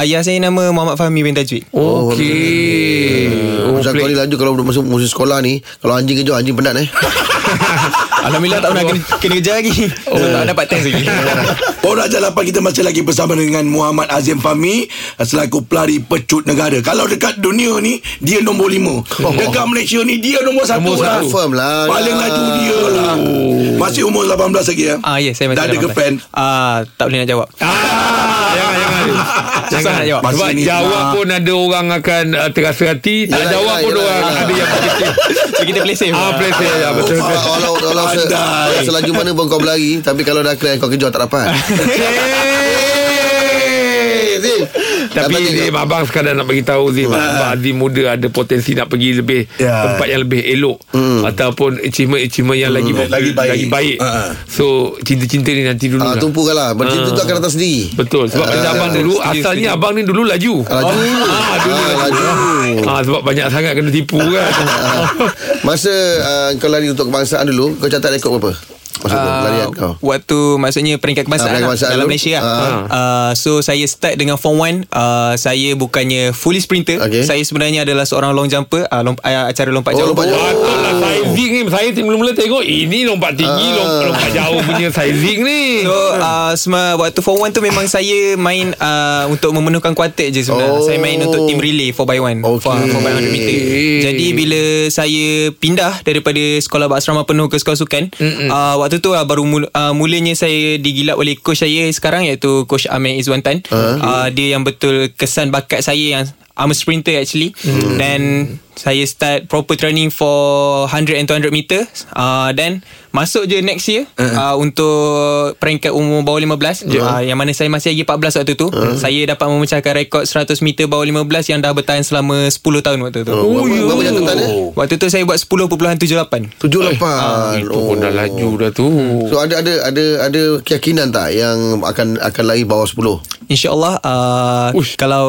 Speaker 7: Ayah saya nama Muhammad Fahmi bin Tajwid.
Speaker 3: Okey. Oh,
Speaker 4: Macam kau ni
Speaker 3: play.
Speaker 7: lah.
Speaker 4: laju Kalau masuk musim sekolah ni Kalau anjing kejar Anjing penat eh
Speaker 7: Alhamdulillah tak pernah kena, kena kerja lagi. Oh. So, tak dapat test lagi.
Speaker 2: Borak Jalapan kita masih lagi bersama dengan Muhammad Azim Fahmi selaku pelari pecut negara. Kalau dekat dunia ni dia nombor lima.
Speaker 7: Oh.
Speaker 2: Dekat Malaysia ni dia nombor satu.
Speaker 3: Nombor
Speaker 2: lah.
Speaker 3: satu.
Speaker 4: Firm lah
Speaker 2: Paling laju dia lah. Masih umur 18 lagi ya.
Speaker 7: Ya. Oh. Ah, ya, saya masih
Speaker 2: Dah ada
Speaker 7: 18.
Speaker 2: girlfriend.
Speaker 7: Ah, tak boleh nak jawab.
Speaker 3: Ah, jangan jangan. Jangan
Speaker 7: nak jawab.
Speaker 3: Sebab
Speaker 2: Masa ni
Speaker 3: jawab
Speaker 2: lah.
Speaker 3: pun ada orang akan uh, terasa hati, tak
Speaker 4: Yelah,
Speaker 3: jawab
Speaker 4: yelah,
Speaker 3: pun
Speaker 4: yelah,
Speaker 3: orang
Speaker 4: yelah.
Speaker 3: ada yang positif.
Speaker 7: So, kita play safe. lah.
Speaker 3: Ah, play safe. Ya, betul.
Speaker 4: Kalau kalau, kalau se,
Speaker 2: Pandai.
Speaker 4: selaju mana pun kau berlari Tapi kalau dah clear Kau kejar tak dapat
Speaker 3: Hey!
Speaker 4: Eh, Zim
Speaker 3: Tapi
Speaker 4: Abang
Speaker 3: Zim Abang sekadar nak beritahu Zim Abang Zim muda ada potensi Nak pergi lebih
Speaker 2: Ya.
Speaker 3: Tempat yang lebih elok Ataupun achievement-achievement Yang lagi,
Speaker 2: Lagi
Speaker 3: lagi
Speaker 2: baik.
Speaker 3: baik, lagi baik.
Speaker 2: Ha, ha.
Speaker 3: So cinta-cinta ni nanti dulu
Speaker 4: Ah,
Speaker 3: lah.
Speaker 4: tumpukan lah Bercinta tu akan datang sendiri
Speaker 3: Betul Sebab pada abang dulu Asalnya abang ni dulu laju
Speaker 4: Laju.
Speaker 3: ah, dulu
Speaker 4: Ah,
Speaker 3: laju.
Speaker 4: laju.
Speaker 3: Ah, Sebab banyak sangat Kena tipu kan
Speaker 4: Masa uh, kau lari untuk kebangsaan dulu Kau catat rekod berapa? Masa
Speaker 3: Ah,
Speaker 4: tu larian kau
Speaker 7: Ah, Waktu maksudnya peringkat
Speaker 4: Ah,
Speaker 7: kebangsaan,
Speaker 4: peringkat kebangsaan
Speaker 7: lah, dalam
Speaker 4: dulu.
Speaker 7: Malaysia lah.
Speaker 4: Ah.
Speaker 7: Uh, so saya start dengan form 1. Uh, saya bukannya fully sprinter.
Speaker 4: Okey.
Speaker 7: Saya sebenarnya adalah seorang long jumper. Uh, lomp- uh, acara
Speaker 4: Oh,
Speaker 7: lompat jauh.
Speaker 4: lompat jauh.
Speaker 3: Patut lah sizing ni Saya mula-mula tengok Ini lompat tinggi lompat, lompat jauh punya sizing ni
Speaker 7: So uh, semua waktu form 1 tu memang saya main uh, untuk memenuhkan kuartet je sebenarnya.
Speaker 4: Oh.
Speaker 7: Saya main untuk team relay 4x1.
Speaker 4: Okey.
Speaker 7: 4x100 meter. Jadi bila saya pindah daripada sekolah asrama penuh ke sekolah sukan, uh, waktu tu uh, baru mul- uh, mulanya saya digilap oleh coach saya sekarang iaitu coach Amir Izwan Tan. Uh. Uh, dia yang betul kesan bakat saya yang I'm a sprinter actually mm. Then Saya start proper training For 100 and 200 meter uh, Then Masuk je next year uh. Uh, Untuk Peringkat umur bawah 15 uh. Uh, Yang mana saya masih lagi 14 waktu tu uh. Saya dapat memecahkan rekod 100 meter bawah 15 Yang dah bertahan selama 10 tahun waktu tu
Speaker 4: Oh, berapa-
Speaker 3: yo.
Speaker 4: Berapa yang kau tanda?
Speaker 7: Waktu tu saya buat 10.78
Speaker 4: Tujuh
Speaker 3: Ah,
Speaker 4: lapan
Speaker 3: Itu pun dah laju dah tu
Speaker 4: So ada ada ada ada keyakinan tak yang akan akan lari bawah 10?
Speaker 7: InsyaAllah uh,
Speaker 3: Ush.
Speaker 7: Kalau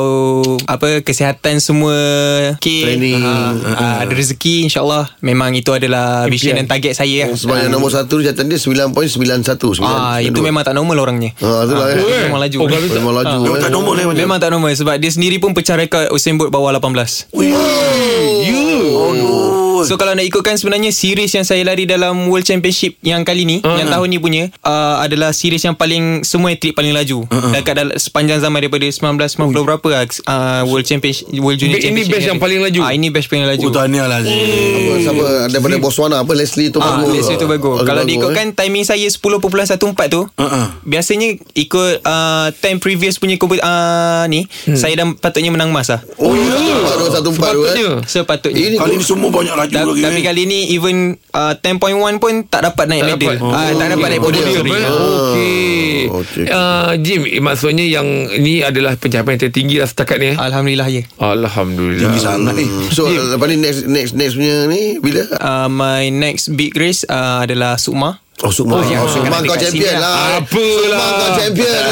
Speaker 7: Apa Kesihatan semua okay,
Speaker 4: Training.
Speaker 7: uh, uh, Ada rezeki InsyaAllah Memang itu adalah Vision
Speaker 3: Impian.
Speaker 7: dan target saya lah.
Speaker 4: Sebab yang nombor satu dia jatuh dia 9.91
Speaker 7: Ah, itu memang tak normal orangnya.
Speaker 4: Ah, itulah, eh.
Speaker 7: dia memang laju.
Speaker 3: Oh, kalau tak-
Speaker 4: Memang laju
Speaker 2: Dia
Speaker 4: eh.
Speaker 2: tak nombor ni
Speaker 7: Memang tak normal sebab dia sendiri pun pecah rekod Usain Bolt bawah 18.
Speaker 3: Oh,
Speaker 7: So kalau nak ikutkan sebenarnya series yang saya lari dalam World Championship yang kali ni,
Speaker 3: Hmm.
Speaker 7: yang tahun ni punya uh, adalah series yang paling semua atlet paling laju.
Speaker 3: Hmm.
Speaker 7: Dekat dal- sepanjang zaman daripada 1990 berapa lah, uh, World Championship World Junior
Speaker 3: Ini
Speaker 7: Championship.
Speaker 3: best yang paling laju?
Speaker 7: Ah ini best paling laju.
Speaker 2: Oh tahniah lah Zee.
Speaker 4: Apa, Siapa daripada Botswana apa Leslie tu
Speaker 7: Ah,
Speaker 4: bagus.
Speaker 7: Leslie tu bagus. Kalau diikutkan
Speaker 3: eh.
Speaker 7: timing saya 10.14 tu,
Speaker 2: Uh-uh.
Speaker 7: biasanya ikut uh, time previous punya kompet- uh, ni,
Speaker 3: Hmm.
Speaker 7: saya dah patutnya menang emas lah.
Speaker 4: Oh ya. Satu satu empat tu. eh.
Speaker 3: Sepatutnya.
Speaker 7: Sepatutnya.
Speaker 4: Ini
Speaker 2: Kali ni semua banyak laju
Speaker 7: Ta-
Speaker 2: lagi
Speaker 7: tapi
Speaker 2: eh.
Speaker 7: kali ni even uh, 10.1 pun tak dapat naik
Speaker 3: Eh, Tak
Speaker 7: medal.
Speaker 3: dapat.
Speaker 7: Ah, tak dapat naik podium.
Speaker 3: Podium eh? Okey.
Speaker 4: Ah, okey, okey.
Speaker 3: Ah, Jim, eh, maksudnya yang ni adalah pencapaian tertinggi lah setakat ni eh?
Speaker 7: Alhamdulillah ya.
Speaker 3: Alhamdulillah.
Speaker 2: Tinggi sangat ni
Speaker 4: So lepas ni next next next punya ni bila?
Speaker 7: Uh, my next big race uh, adalah Sukma.
Speaker 4: Oh Sukma.
Speaker 7: ya.
Speaker 4: Oh, Sukma
Speaker 7: Dekat
Speaker 4: kau
Speaker 7: sini
Speaker 4: champion
Speaker 7: lah.
Speaker 4: lah.
Speaker 3: Apalah.
Speaker 4: Sukma kau champion lah.
Speaker 7: Tak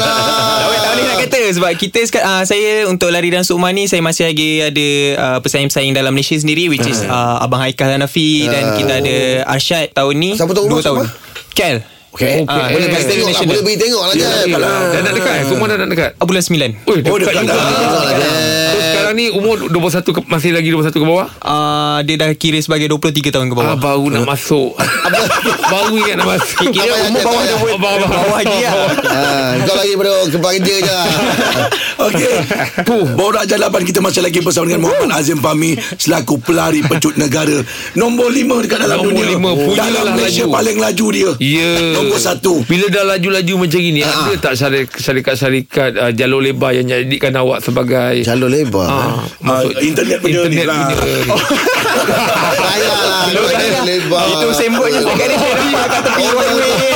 Speaker 7: boleh, tak boleh nak kata sebab kita sekarang uh, saya untuk lari dan sukma ni saya masih lagi ada uh, pesaing-pesaing dalam Malaysia sendiri which
Speaker 4: Hmm.
Speaker 7: is uh, abang Haikal Hanafi dan kita ada Arsyad tahun ni
Speaker 4: Ah. Siapa tahu
Speaker 7: dua
Speaker 4: rumah
Speaker 7: tahun. Kel.
Speaker 3: Okey.
Speaker 4: Okay. Ah, Boleh pergi tengok lah. Boleh pergi tengok
Speaker 7: Ya,
Speaker 4: lah Jeb.
Speaker 3: Eh, Dah nak dekat eh? Semua dah nak dekat.
Speaker 7: Uh, bulan 9.
Speaker 3: Oi, dekat,
Speaker 2: Oh, dekat
Speaker 3: juga.
Speaker 2: dah.
Speaker 4: Tengok lah, Jeb.
Speaker 3: So sekarang ni umur 21 ke, masih lagi 21 ke bawah?
Speaker 7: Uh, dia dah kira sebagai 23 tahun ke
Speaker 3: Ah,
Speaker 7: bawah.
Speaker 3: baru nak masuk. baru ingat nak masuk.
Speaker 7: Kira
Speaker 4: Abang yang
Speaker 7: umur bawah
Speaker 4: cakap,
Speaker 7: dah boleh-
Speaker 3: Bawah, bawah.
Speaker 7: bawah dia.
Speaker 4: Ah, Kau lagi daripada kerja je lah.
Speaker 2: Okey. Puh, Borak Jalapan kita masih lagi bersama dengan Muhammad Azim Fahmi selaku pelari pecut negara. Nombor lima dekat dalam
Speaker 3: Nombor
Speaker 2: dunia.
Speaker 3: lima, punyalah
Speaker 2: dalam Malaysia
Speaker 3: laju.
Speaker 2: paling laju dia.
Speaker 3: Ya.
Speaker 2: Nombor satu.
Speaker 3: Bila dah laju-laju macam ini, ada tak syari- syarikat-syarikat uh, jalur lebar yang jadikan awak sebagai...
Speaker 4: Jalur lebar.
Speaker 3: Ah,
Speaker 2: Ah,
Speaker 3: maksud-
Speaker 2: internet punya
Speaker 3: internet
Speaker 2: ni lah.
Speaker 3: punya-
Speaker 4: Payah lah. Jalur lebar.
Speaker 7: Itu sembot je dekat dia saya nampak kat tepi
Speaker 4: Orang
Speaker 7: one
Speaker 4: tu-
Speaker 7: way.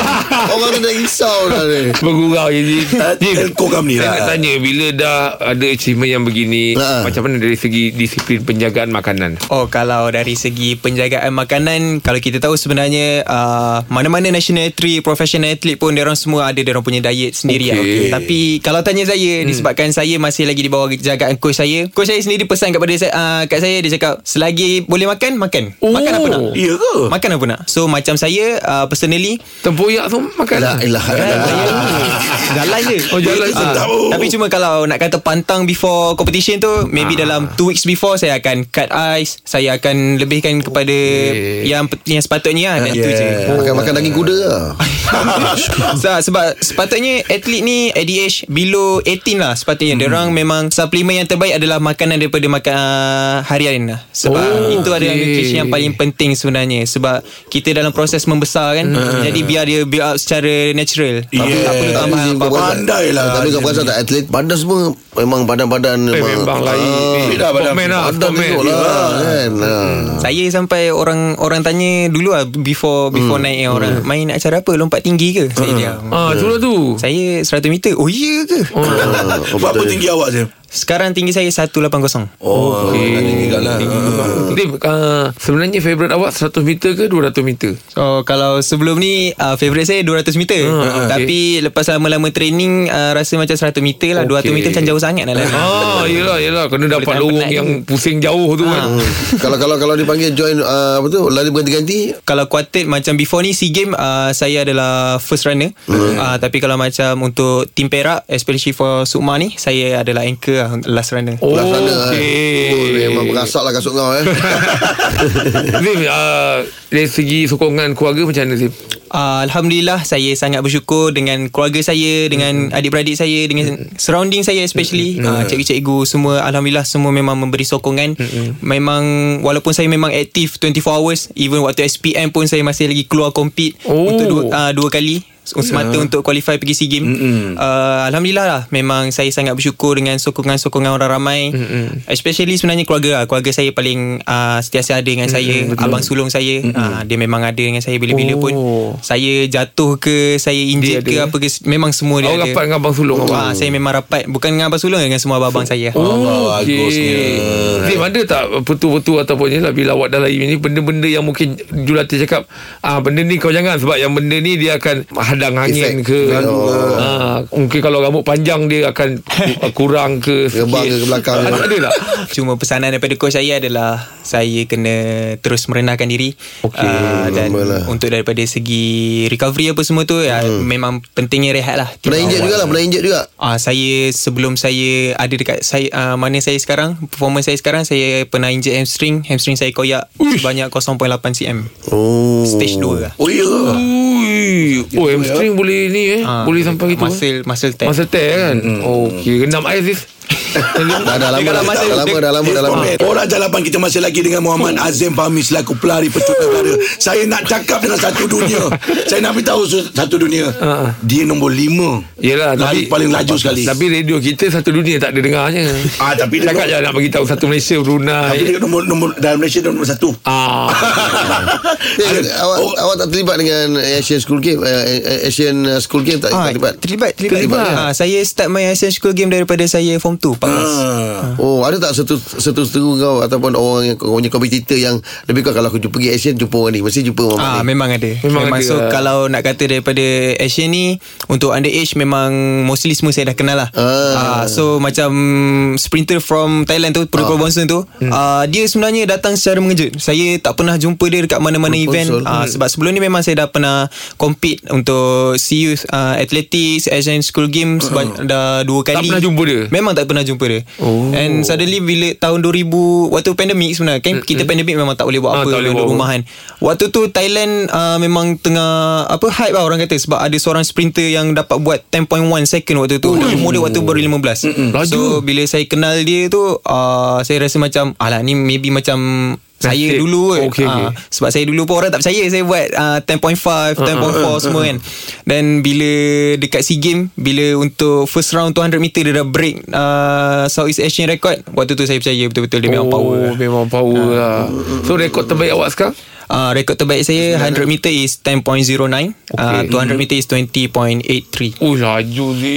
Speaker 4: Orang tu dah risau dah ni.
Speaker 3: Bergurau je Jim.
Speaker 2: Ah, telco kami
Speaker 3: Saya
Speaker 2: lah.
Speaker 3: nak tanya Bila dah ada achievement yang begini
Speaker 4: Ha.
Speaker 3: Macam mana dari segi disiplin penjagaan makanan
Speaker 7: Oh kalau dari segi penjagaan makanan kalau kita tahu sebenarnya uh, mana-mana national athlete professional athlete pun dia orang semua ada dia orang punya diet sendiri okay.
Speaker 3: Okey.
Speaker 7: lah. Tapi kalau tanya saya hmm. disebabkan saya masih lagi di bawah jagaan coach saya. Coach saya sendiri pesan kepada saya uh, kat saya dia cakap selagi boleh makan makan.
Speaker 4: Oh.
Speaker 7: Makan apa nak?
Speaker 2: Ya ke?
Speaker 7: Makan apa nak? So macam saya uh, personally
Speaker 3: Tempoyak tu makan Eh,
Speaker 4: La ilaha illallah.
Speaker 7: Eh, Jalan je
Speaker 3: Oh, jalan je.
Speaker 7: Ah, Tapi cuma kalau Nak kata pantang Before competition tu Maybe dalam 2 weeks before Saya akan cut ice Saya akan lebihkan kepada Yang yang sepatutnya lah Dan tu je
Speaker 4: Makan makan daging kuda lah.
Speaker 7: so, Sebab sepatutnya Atlet ni ADH Below 18 lah Sepatutnya hmm. Diorang memang Suplemen yang terbaik Adalah makanan daripada makan Harian lah Sebab
Speaker 3: Oh,
Speaker 7: oh, Itu adalah
Speaker 3: okey.
Speaker 7: nutrisi yang paling penting sebenarnya Sebab Kita dalam proses membesar kan Jadi biar dia build up Secara natural
Speaker 2: Yeah.
Speaker 7: Tak perlu tambah
Speaker 4: Tapi
Speaker 7: apa-apa
Speaker 4: kau perasan-
Speaker 2: Pandai lah.
Speaker 4: Tapi kau perasan tak atlet badan semua memang lah. badan-badan
Speaker 3: Eh memang lain
Speaker 2: beda badan-
Speaker 3: Pokmen lah
Speaker 4: Badan
Speaker 3: Pokmen
Speaker 4: tengok lah kan.
Speaker 7: Saya sampai orang orang tanya dulu lah before before naik yang orang main acara apa lompat tinggi ke? Saya diam.
Speaker 3: Ah, tu lah tu
Speaker 7: Saya 100 meter. Oh iya ke?
Speaker 4: Hmm.
Speaker 2: Berapa tinggi awak Zim?
Speaker 7: Sekarang tinggi saya 180.
Speaker 4: Oh, okay. Ada juga lah.
Speaker 3: Lim, uh, sebenarnya favorite awak 100 meter ke 200 meter?
Speaker 7: So kalau sebelum ni uh, Favorite saya 200 meter
Speaker 3: Ah,
Speaker 7: uh, Tapi lepas lama-lama training uh, Rasa macam 100 meter lah
Speaker 3: Okey.
Speaker 7: 200 meter macam jauh sangat lah lah
Speaker 3: Ah, yelah, yelah. Kena dapat
Speaker 7: tahan
Speaker 3: lorong
Speaker 7: penat
Speaker 3: yang pusing jauh tu kan.
Speaker 4: Ah, kalau kalau kalau dipanggil join uh, apa tu lari berganti-ganti
Speaker 7: Kalau quartet macam before ni SEA Games uh, Saya adalah first runner uh, Tapi kalau macam untuk Tim Perak Especially for Sukma ni Saya adalah anchor lah, Last runner
Speaker 3: Oh,
Speaker 4: sana, eh. Oh, dia
Speaker 3: okay.
Speaker 4: memang berasak lah kasut kau eh.
Speaker 3: Lim, uh, dari segi sokongan keluarga macam mana, Lim?
Speaker 7: Uh, Alhamdulillah saya sangat bersyukur dengan keluarga saya dengan adik-beradik saya dengan surrounding saya especially uh, cikgu-cikgu semua alhamdulillah semua memang memberi sokongan memang walaupun saya memang aktif 24 hours even waktu SPM pun saya masih lagi keluar compete
Speaker 3: Oh.
Speaker 7: untuk dua, uh, dua kali semata untuk qualify pergi SEA Games uh, Alhamdulillah lah memang saya sangat bersyukur dengan sokongan-sokongan orang ramai especially sebenarnya keluarga lah keluarga saya paling uh, sentiasa ada dengan saya abang sulung saya uh, dia memang ada dengan saya bila-bila Eh, pun
Speaker 3: Oh.
Speaker 7: saya jatuh ke saya
Speaker 3: Dia
Speaker 7: injet
Speaker 3: ada,
Speaker 7: ke
Speaker 3: eh?
Speaker 7: apa ke memang semua Oh, dia
Speaker 3: Awak
Speaker 7: ada
Speaker 3: rapat dengan abang sulung awak?
Speaker 7: Ah, saya memang rapat bukan dengan abang sulung dengan semua abang-abang saya
Speaker 3: Oh,
Speaker 4: Allah, lah, bagusnya.
Speaker 3: okay. Lim, ada tak petu-petu ataupun ni lah bila awak dah lari ni benda-benda yang mungkin jurulatih cakap ah benda ni kau jangan sebab yang benda ni dia akan hadang angin
Speaker 4: Efek.
Speaker 3: ke
Speaker 4: Oh.
Speaker 3: ah, mungkin kalau rambut panjang dia akan ku- kurang ke sikit.
Speaker 4: Rebang ke ke belakang.
Speaker 3: ada, ada tak?
Speaker 7: Cuma pesanan daripada coach saya adalah saya kena terus merenahkan diri. Okay, dan
Speaker 4: normal lah.
Speaker 7: untuk daripada segi recovery apa semua tu ya,
Speaker 3: Hmm.
Speaker 7: memang pentingnya rehat lah. Tiap
Speaker 4: Pernah injet
Speaker 7: awal.
Speaker 4: juga lah, pernah injet juga.
Speaker 7: Ah saya sebelum saya ada dekat saya uh, mana saya sekarang performance saya sekarang saya pernah injet hamstring hamstring saya koyak sebanyak 0.8 cm
Speaker 4: Oh.
Speaker 7: stage 2 lah.
Speaker 2: Oh ya yeah.
Speaker 3: Ui, oh
Speaker 4: ya.
Speaker 3: hamstring boleh ni eh,
Speaker 7: Ah,
Speaker 3: boleh sampai gitu. eh?
Speaker 7: Muscle muscle tear.
Speaker 3: Masa tear kan. Okey, genam air sis.
Speaker 4: Hmm, Dah, dah lama dah,
Speaker 7: Dia kalau masa-
Speaker 4: dah lama dah lama dah lama.
Speaker 2: Orang jalapan kita masih lagi dengan Muhammad
Speaker 3: Hmm.
Speaker 2: Azim Fahmi selaku pelari pecut negara. Saya nak cakap dengan satu dunia. Saya nak beritahu su- satu dunia.
Speaker 3: Ha.
Speaker 2: Dia nombor lima.
Speaker 3: Yelah,
Speaker 2: Lari
Speaker 3: tapi-
Speaker 2: paling laju sekali.
Speaker 3: Tapi radio kita satu dunia tak ada dengarnya.
Speaker 2: Ah, tapi dia-
Speaker 3: cakap je nak bagi tahu satu Malaysia
Speaker 2: Tapi
Speaker 3: Brunei.
Speaker 2: dia nombor, nombor dalam Malaysia dia nombor satu. oh,
Speaker 3: Ah.
Speaker 4: Eh, awak
Speaker 3: Oh.
Speaker 4: awak tak terlibat dengan Asian School Game eh, Asian uh, School Game tak, tak terlibat.
Speaker 7: Ah, terlibat terlibat.
Speaker 4: Terlibat, ya?
Speaker 7: Ah, saya start main Asian School Game daripada saya form 2 Pakis.
Speaker 2: ah.
Speaker 7: Ah.
Speaker 4: Oh, ada tak satu satu seteru kau ataupun orang yang kau punya kompetitor yang lebih kurang kalau aku jumpa pergi Asian jumpa orang ni, mesti jumpa orang
Speaker 7: Ah
Speaker 4: ni.
Speaker 7: memang ada.
Speaker 3: Memang
Speaker 7: Memang, memang
Speaker 3: ada
Speaker 7: so
Speaker 3: lah.
Speaker 7: kalau nak kata daripada Asian ni untuk underage memang mostly semua saya dah kenal lah.
Speaker 4: Ah.
Speaker 7: Ah. so macam sprinter from Thailand tu Pro ah. Bonson tu hmm. ah, dia sebenarnya datang secara mengejut. Saya tak pernah jumpa dia dekat mana-mana
Speaker 4: Pro
Speaker 7: event
Speaker 4: Bonson.
Speaker 7: ah, sebab sebelum ni memang saya dah pernah compete untuk CU ah, athletics Asian School Games uh. dah dua kali.
Speaker 3: Ah. pernah jumpa dia?
Speaker 7: Memang tak pernah jumpa dia. Oh. And suddenly bila tahun 2000 waktu pandemik sebenarnya kan kita pandemik memang tak boleh buat
Speaker 3: Hmm, Ah,
Speaker 7: apa
Speaker 3: tak boleh
Speaker 7: duduk
Speaker 3: buat apa.
Speaker 7: rumah kan Waktu tu Thailand uh, memang tengah apa hype lah orang kata sebab ada seorang sprinter yang dapat buat 10.1 second waktu tu. Dan umur dia waktu baru 15.
Speaker 3: Oh. Laju.
Speaker 7: So bila saya kenal dia tu uh, saya rasa macam alah ni maybe macam saya
Speaker 3: Nasib.
Speaker 7: dulu kot
Speaker 3: Okey,
Speaker 7: Ah,
Speaker 3: okey.
Speaker 7: sebab saya dulu pun orang tak percaya saya buat uh, 10.5 10.4 semua kan dan bila dekat SEA Games bila untuk first round 200 meter dia dah break uh, Southeast Asian record waktu tu saya percaya betul-betul dia memang power Ah.
Speaker 3: Oh, memang power lah. So rekod terbaik awak sekarang?
Speaker 7: Uh, rekod terbaik saya 100 meter is 10.09 uh, 200 meter is 20.83
Speaker 3: Oh laju si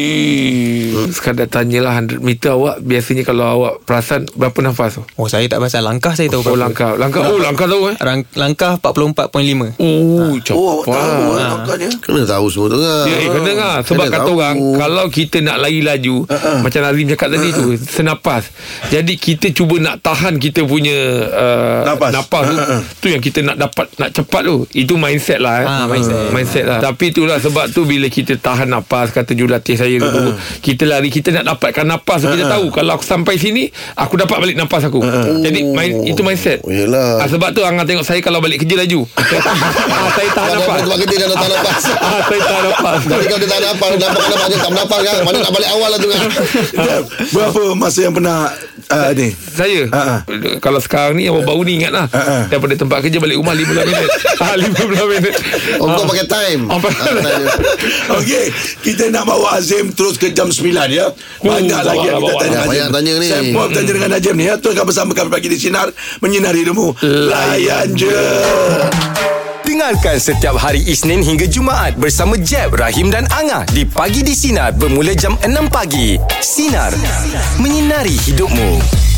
Speaker 3: Hmm, Sekadar tanyalah 100 meter awak Biasanya kalau awak perasan Berapa nafas tu?
Speaker 7: Oh saya tak pasal Langkah saya tahu
Speaker 3: Oh
Speaker 7: berapa
Speaker 3: langkah Langkah Oh langkah tahu eh
Speaker 7: Rang, Langkah 44.5
Speaker 3: Oh cepat
Speaker 2: Oh, awak tahu eh, awak dia.
Speaker 4: Kena tahu semua tu kan.
Speaker 3: Ya, eh, kena dengar Sebab
Speaker 4: Kena
Speaker 3: kata
Speaker 4: tahu. Ah,
Speaker 3: orang Kalau kita nak lari laju Macam Nazim cakap tadi tu Senapas Jadi kita cuba nak tahan Kita punya uh,
Speaker 2: Napas.
Speaker 3: Napas
Speaker 4: Ah,
Speaker 3: tu Tu yang kita nak dapat Nak cepat tu Itu mindset lah eh.
Speaker 7: Ah, mindset.
Speaker 3: mindset lah Tapi itulah sebab tu Bila kita tahan napas Kata jurulatih saya
Speaker 4: Ah,
Speaker 3: dulu Kita lari Kita nak dapatkan napas Kita tahu Kalau aku sampai sini Aku dapat balik napas aku Jadi main, itu mindset
Speaker 4: Ah, Oh, yelah.
Speaker 3: ah, Sebab tu Angah tengok saya Kalau balik kerja laju ah, Saya tahan
Speaker 4: Dah
Speaker 3: napas
Speaker 4: dapat tempat kerja dah tak lepas.
Speaker 3: ah, Saya tahan napas
Speaker 4: Tapi kalau dia tak dapat, dapat kena banyak tak mendapat kan. Mana nak balik awal lah tu kan.
Speaker 3: Ah.
Speaker 2: Berapa masa yang pernah uh, ni?
Speaker 3: Saya
Speaker 2: Ha,
Speaker 3: Kalau sekarang ni Yang baru ni ingat lah
Speaker 2: Ha, ha.
Speaker 3: Daripada tempat kerja Balik rumah 15 minit ah, 15 minit
Speaker 4: Oh, kau pakai time.
Speaker 3: Oh, pakai
Speaker 4: Ah, time.
Speaker 2: Okey, kita nak bawa Azim terus ke jam 9 ya. Banyak
Speaker 3: bawa
Speaker 2: lagi yang
Speaker 3: lah,
Speaker 2: kita
Speaker 3: Hmm. bawa
Speaker 2: tanya
Speaker 4: lah.
Speaker 2: Azim.
Speaker 4: Banyak tanya ni.
Speaker 2: Saya pun tanya dengan Azim ni ya. Tuan akan bersama kami pagi di Sinar menyinari hidupmu. Layan je.
Speaker 1: Dengar Dengarkan setiap hari Isnin hingga Jumaat bersama Jeb, Rahim dan Angah di Pagi di Sinar bermula jam 6 pagi. Sinar. Menyinari hidupmu.